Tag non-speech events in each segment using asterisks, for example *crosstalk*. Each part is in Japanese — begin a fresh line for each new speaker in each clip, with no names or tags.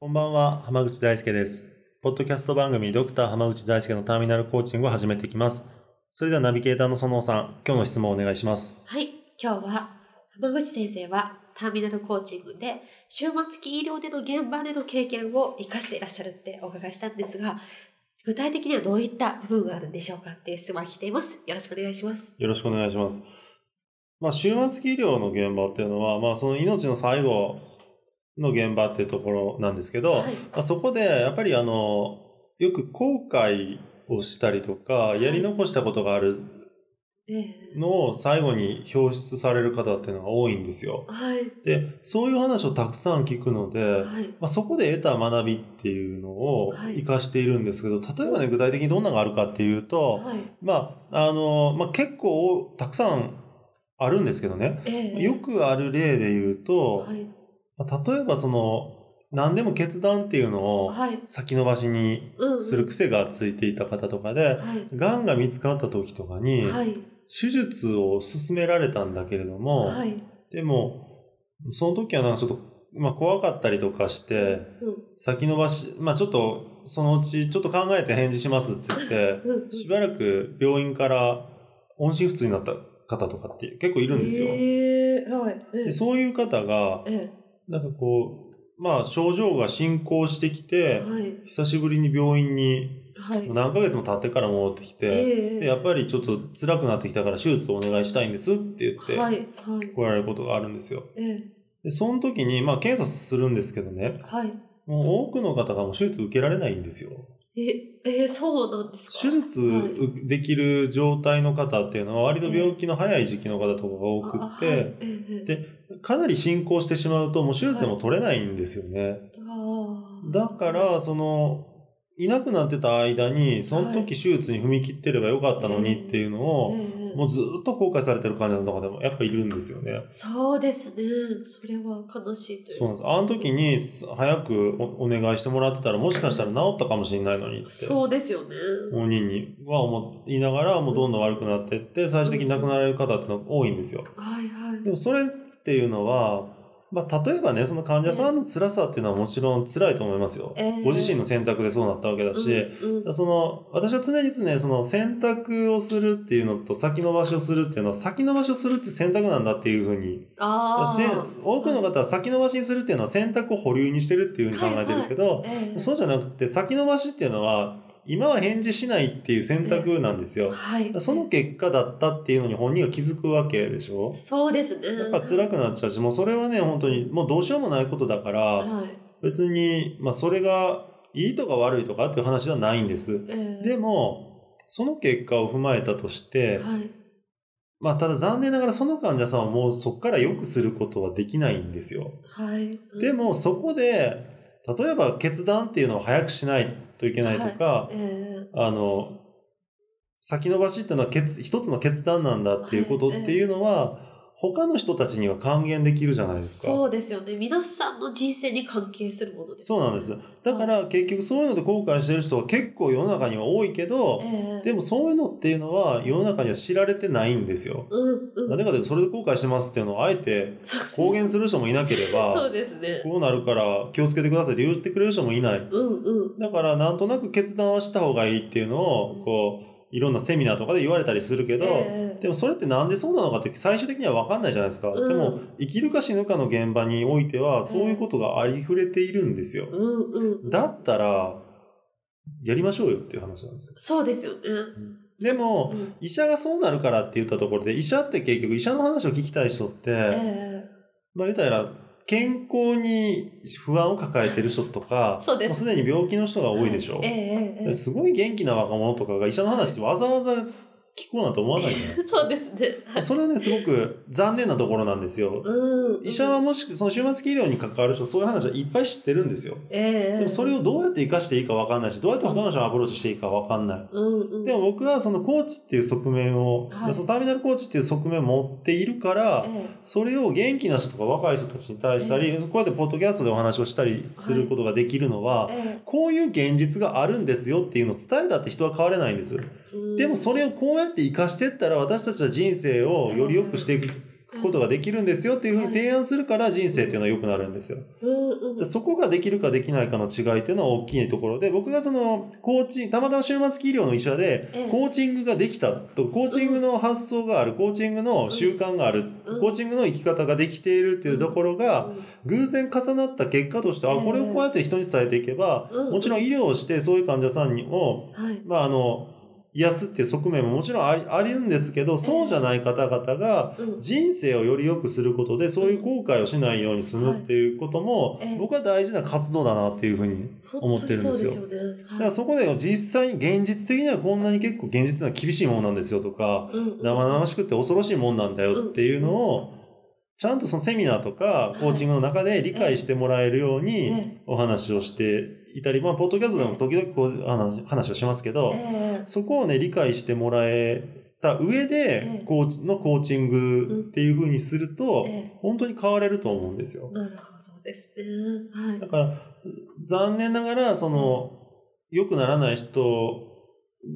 こんばんは、浜口大輔です。ポッドキャスト番組、ドクター浜口大輔のターミナルコーチングを始めていきます。それではナビゲーターの園尾さん、今日の質問をお願いします。
はい、今日は浜口先生はターミナルコーチングで終末期医療での現場での経験を生かしていらっしゃるってお伺いしたんですが、具体的にはどういった部分があるんでしょうかっていう質問が来ています。よろしくお願いします。
よろしくお願いします。まあ、終末期医療の現場っていうのは、まあ、その命の最後の現場っていうところなんですけど、
はい
まあ、そこでやっぱりあのよく後悔をしたりとか
い
やり残したことがある
え
のを最後に表出される方っていうのが多いんですよ
ー、。はい、
でそういう話をたくさん聞くので、
はい、
まあ、そこで得た学びっていうのを
はい
活かしているんですけど、例えばね具体的にどんなのがあるかっていうと、
はい、
まああのまあ、結構たくさんあるんですけどね
えー
よくある例で言うと、
はい、
まあ例えばその何でも決断っていうのを
はい、
先延ばしに
うん、うん
する癖がついていた方とかで、
はい、
がんが見つかった時とかに、
はい、
手術を勧められたんだけれども、
はい、
でも、その時はなんかちょっと、まあ怖かったりとかして、
う
先延ばし、まあちょっと、そのうち、ちょっと考えて返事しますって言
*laughs*
って、
ん、うん、
しばらく病院から音信不通になった方とかって結構いるんですよ。
えー、はい、え
で
ー、
そういう方が、
え
なんかこう、まあ症状が進行してきて
ー、、はい、
久しぶりに病院に
はい、
何ヶ月も経ってから戻ってきて、
えー
でやっぱりちょっと辛くなってきたから手術をお願いしたいんですって言
は
って
い、はい、
来られることがあるんですよ。
えー、
で、その時に、まあ、検査するんですけどね、
はい。
もう多くの方がもう手術受けられないんですよ。
え、えーそうなんですか
手術
はい
できる状態の方っていうのは、割と病気の早い時期の方とかが多くっ
あはい
て、
えー
でかなり進行してしまうと、もう手術でも取れないんですよね。
あー
だから、その、いなくなってた間に、その時手術に踏み切ってればよかったのにっていうの
え
を、
ー
もうずっと後悔されてる患者さんとかでもやっぱいるんですよね。
そうですね。それは悲しいという
そうなんです。あの時にす早くおお願いしてもらってたら、もしかしたら治ったかもしれないのにって、
そうですよね。
本人には思いながら、もうどんどん悪くなっていって、最終的に亡くなられる方ってのが多いんですよ。
はいはい。
でもそれっていうのは、まあ、例えばね、その患者さんの辛さっていうのはもちろん辛いと思いますよ。
えー
ご自身の選択でそうなったわけだし、
うんうん
その、私は常に常にその選択をするっていうのと先延ばしをするっていうのは先延ばしをするって選択なんだっていうふうに
あ
せん多くの方は先延ばしにするっていうのは選択を保留にしてるっていうふうに考えてるけど、
あ、えー
そうじゃなくて先延ばしっていうのは今は返事しないっていう選択なんですよ。
はい。
その結果だったっていうのに本人が気づくわけでしょ
そうですね。
だから辛くなっちゃうし、もうそれはね、本当にもうどうしようもないことだから、
はい。
別に、まあそれがいいとか悪いとかっていう話ではないんです。
えー
でも、その結果を踏まえたとして、
はい。
まあただ残念ながらその患者さんはもうそこから良くすることはできないんですよ。
はい。
でもそこで例えば決断っていうのを早くしないといけないとか、
うん、え
あの先延ばしっていうのは決一つの決断なんだっていうことっていうのは、他の人たちには還元できるじゃない
ー
ですか。
そうですよね。皆さんの人生に関係するものです。
そうなんです。だから結局そういうので後悔してる人は結構世の中には多いけど、
えー
でもそういうのっていうのは世の中には知られてないんですよ。
うんうん。 *laughs*
なんでかというとそれで後悔してますっていうのをあえて公言する人もいなけれ
そ
ば
う、ですね。
こうなるから気をつけてくださいって言ってくれる人もいない。
うんうん。
だからなんとなく決断はした方がいいっていうの
う
を
ん
こういろんなセミナーとかで言われたりするけど、
ええ
でもそれってなんでそうなのかって最終的には分かんないじゃないですか、
うん
でも生きるか死ぬかの現場においてはそういうことがありふれているんですよ、
うんうん。
だったらやりましょうよっていう話なんですよ
そうですよね。
でも
うん
医者がそうなるからって言ったところで医者って結局医者の話を聞きたい人って、
え
まあ言うたら健康に不安を抱えてる人とか
そうです
もうすでに病気の人が多いでしょ、
ええええええ
すごい元気な若者とかが医者の話ってわざわざ聞こうなんて思わないじゃないですか
そうですね。はい
それはね、すごく残念なところなんですよ。
うん。
医者はもし、その終末期医療に関わる人、そういう話はいっぱい知ってるんですよ。
ええ
でもそれをどうやって活かしていいか分かんないし、どうやって他の人にアプローチしていいか分かんない。
うんうん、
でも僕はそのコーチっていう側面を、
はい
そのターミナルコーチっていう側面を持っているから、
ええ
それを元気な人とか若い人たちに対したり、こうやってポッドキャストでお話をしたりすることができるのは、
え
こういう現実があるんですよっていうのを伝えたって人は変われないんです。
えうん
でもそれをこうやって活かしてったら私たちは人生をより良くしていくことができるんですよっていうふうに提案するから人生っていうのは良くなるんですよ。
うんうん
でそこができるかできないかの違いっていうのは大きいところで、僕がその、コーチン、たまたま終末期医療の医者で
ええ、
コーチングができたと、コーチングの発想がある、コーチングの習慣がある、
うん
コーチングの生き方ができているっていうところが、偶然重なった結果として、あ、
ええ
これをこうやって人に伝えていけば、
うん
もちろん医療をしてそういう患者さんにを、
はい
まああの、癒すっていう側面ももちろんあり、ありうんですけど、そうじゃない方々が、
うん
人生をより良くすることでそういう後悔をしないようにするっていうことも、
はいええ
僕は大事な活動だなっていうふうに思ってるんですよ。
本当にそうですよね。
だからそこで実際に現実的にはこんなに結構現実っていうのは厳しいもんなんですよとか
うんうん
生々しくて恐ろしいもんなんだよっていうのをちゃんとそのセミナーとかコーチングの中で理解してもらえるよう
え
に
え
お話をしていたりまあポッドキャストでも時々こう話話をしますけど、
ええ
そこをね、理解してもらえた上
え
で
え、
コーチのコーチングっていう風にすると、
え
本当に変われると思うんですよ。
なるほどですね。はい
だ。から、残念ながら、その、良くならない人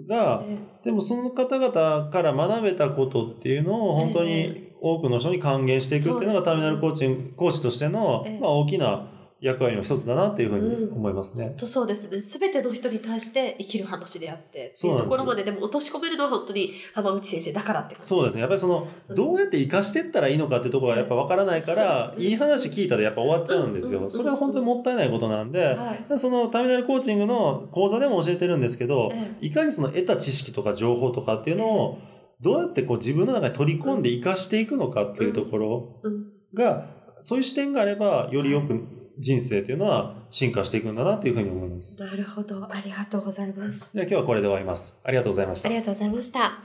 が、
え
でもその方々から学べたことっていうのを本当
え
に多くの人に還元していくっていうの
そうです
が
ね
ターミナルコーチング、コーチとしての
ええ、
まあ大きな役割の一つだなっていうふうに思います
え
ね。
とそうですね。すべての人に対して生きる話であって、って
そ
いうう
なんですよ
ところまででも落とし込めるのは本当に浜口先生だからって感じ
そうですね。やっぱりその、
うん
どうやって生かしてったらいいのかってところがやっぱわからないから、
そうです
いい話聞いたらやっぱ終わっちゃうんです
うんう
よ。
ん
それは本当にもったいないことなんで、
はい。
そのターミナルコーチングの講座でも教えてるんですけど
え、え
いかにその得た知識とか情報とかっていうのを、どうやってこう自分の中に取り込んで生かしていくのかっていうところ
うん
が、そういう視点があれば、よりよく人生っていうのは進化していくんだなっていうふうに思います。
なるほど。ありがとうございます。
では今日はこれで終わります。ありがとうございました
あり。がとうございました。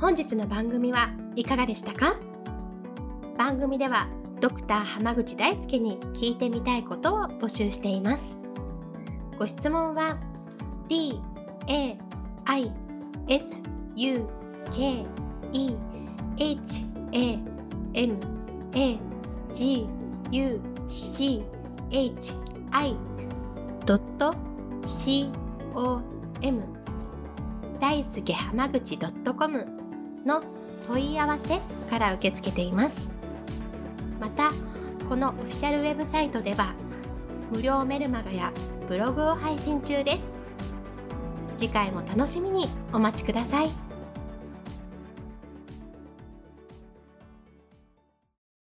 本日の番組はいかがでしたか番組ではドクター濱口大輔に聞いてみたいことを募集していますご質問は d a i s u k e h a m a g u c h i c o m 大輔濱口 .com の問い合わせから受け付けていますまたこのオフィシャルウェブサイトでは無料メルマガやブログを配信中です次回も楽しみにお待ちください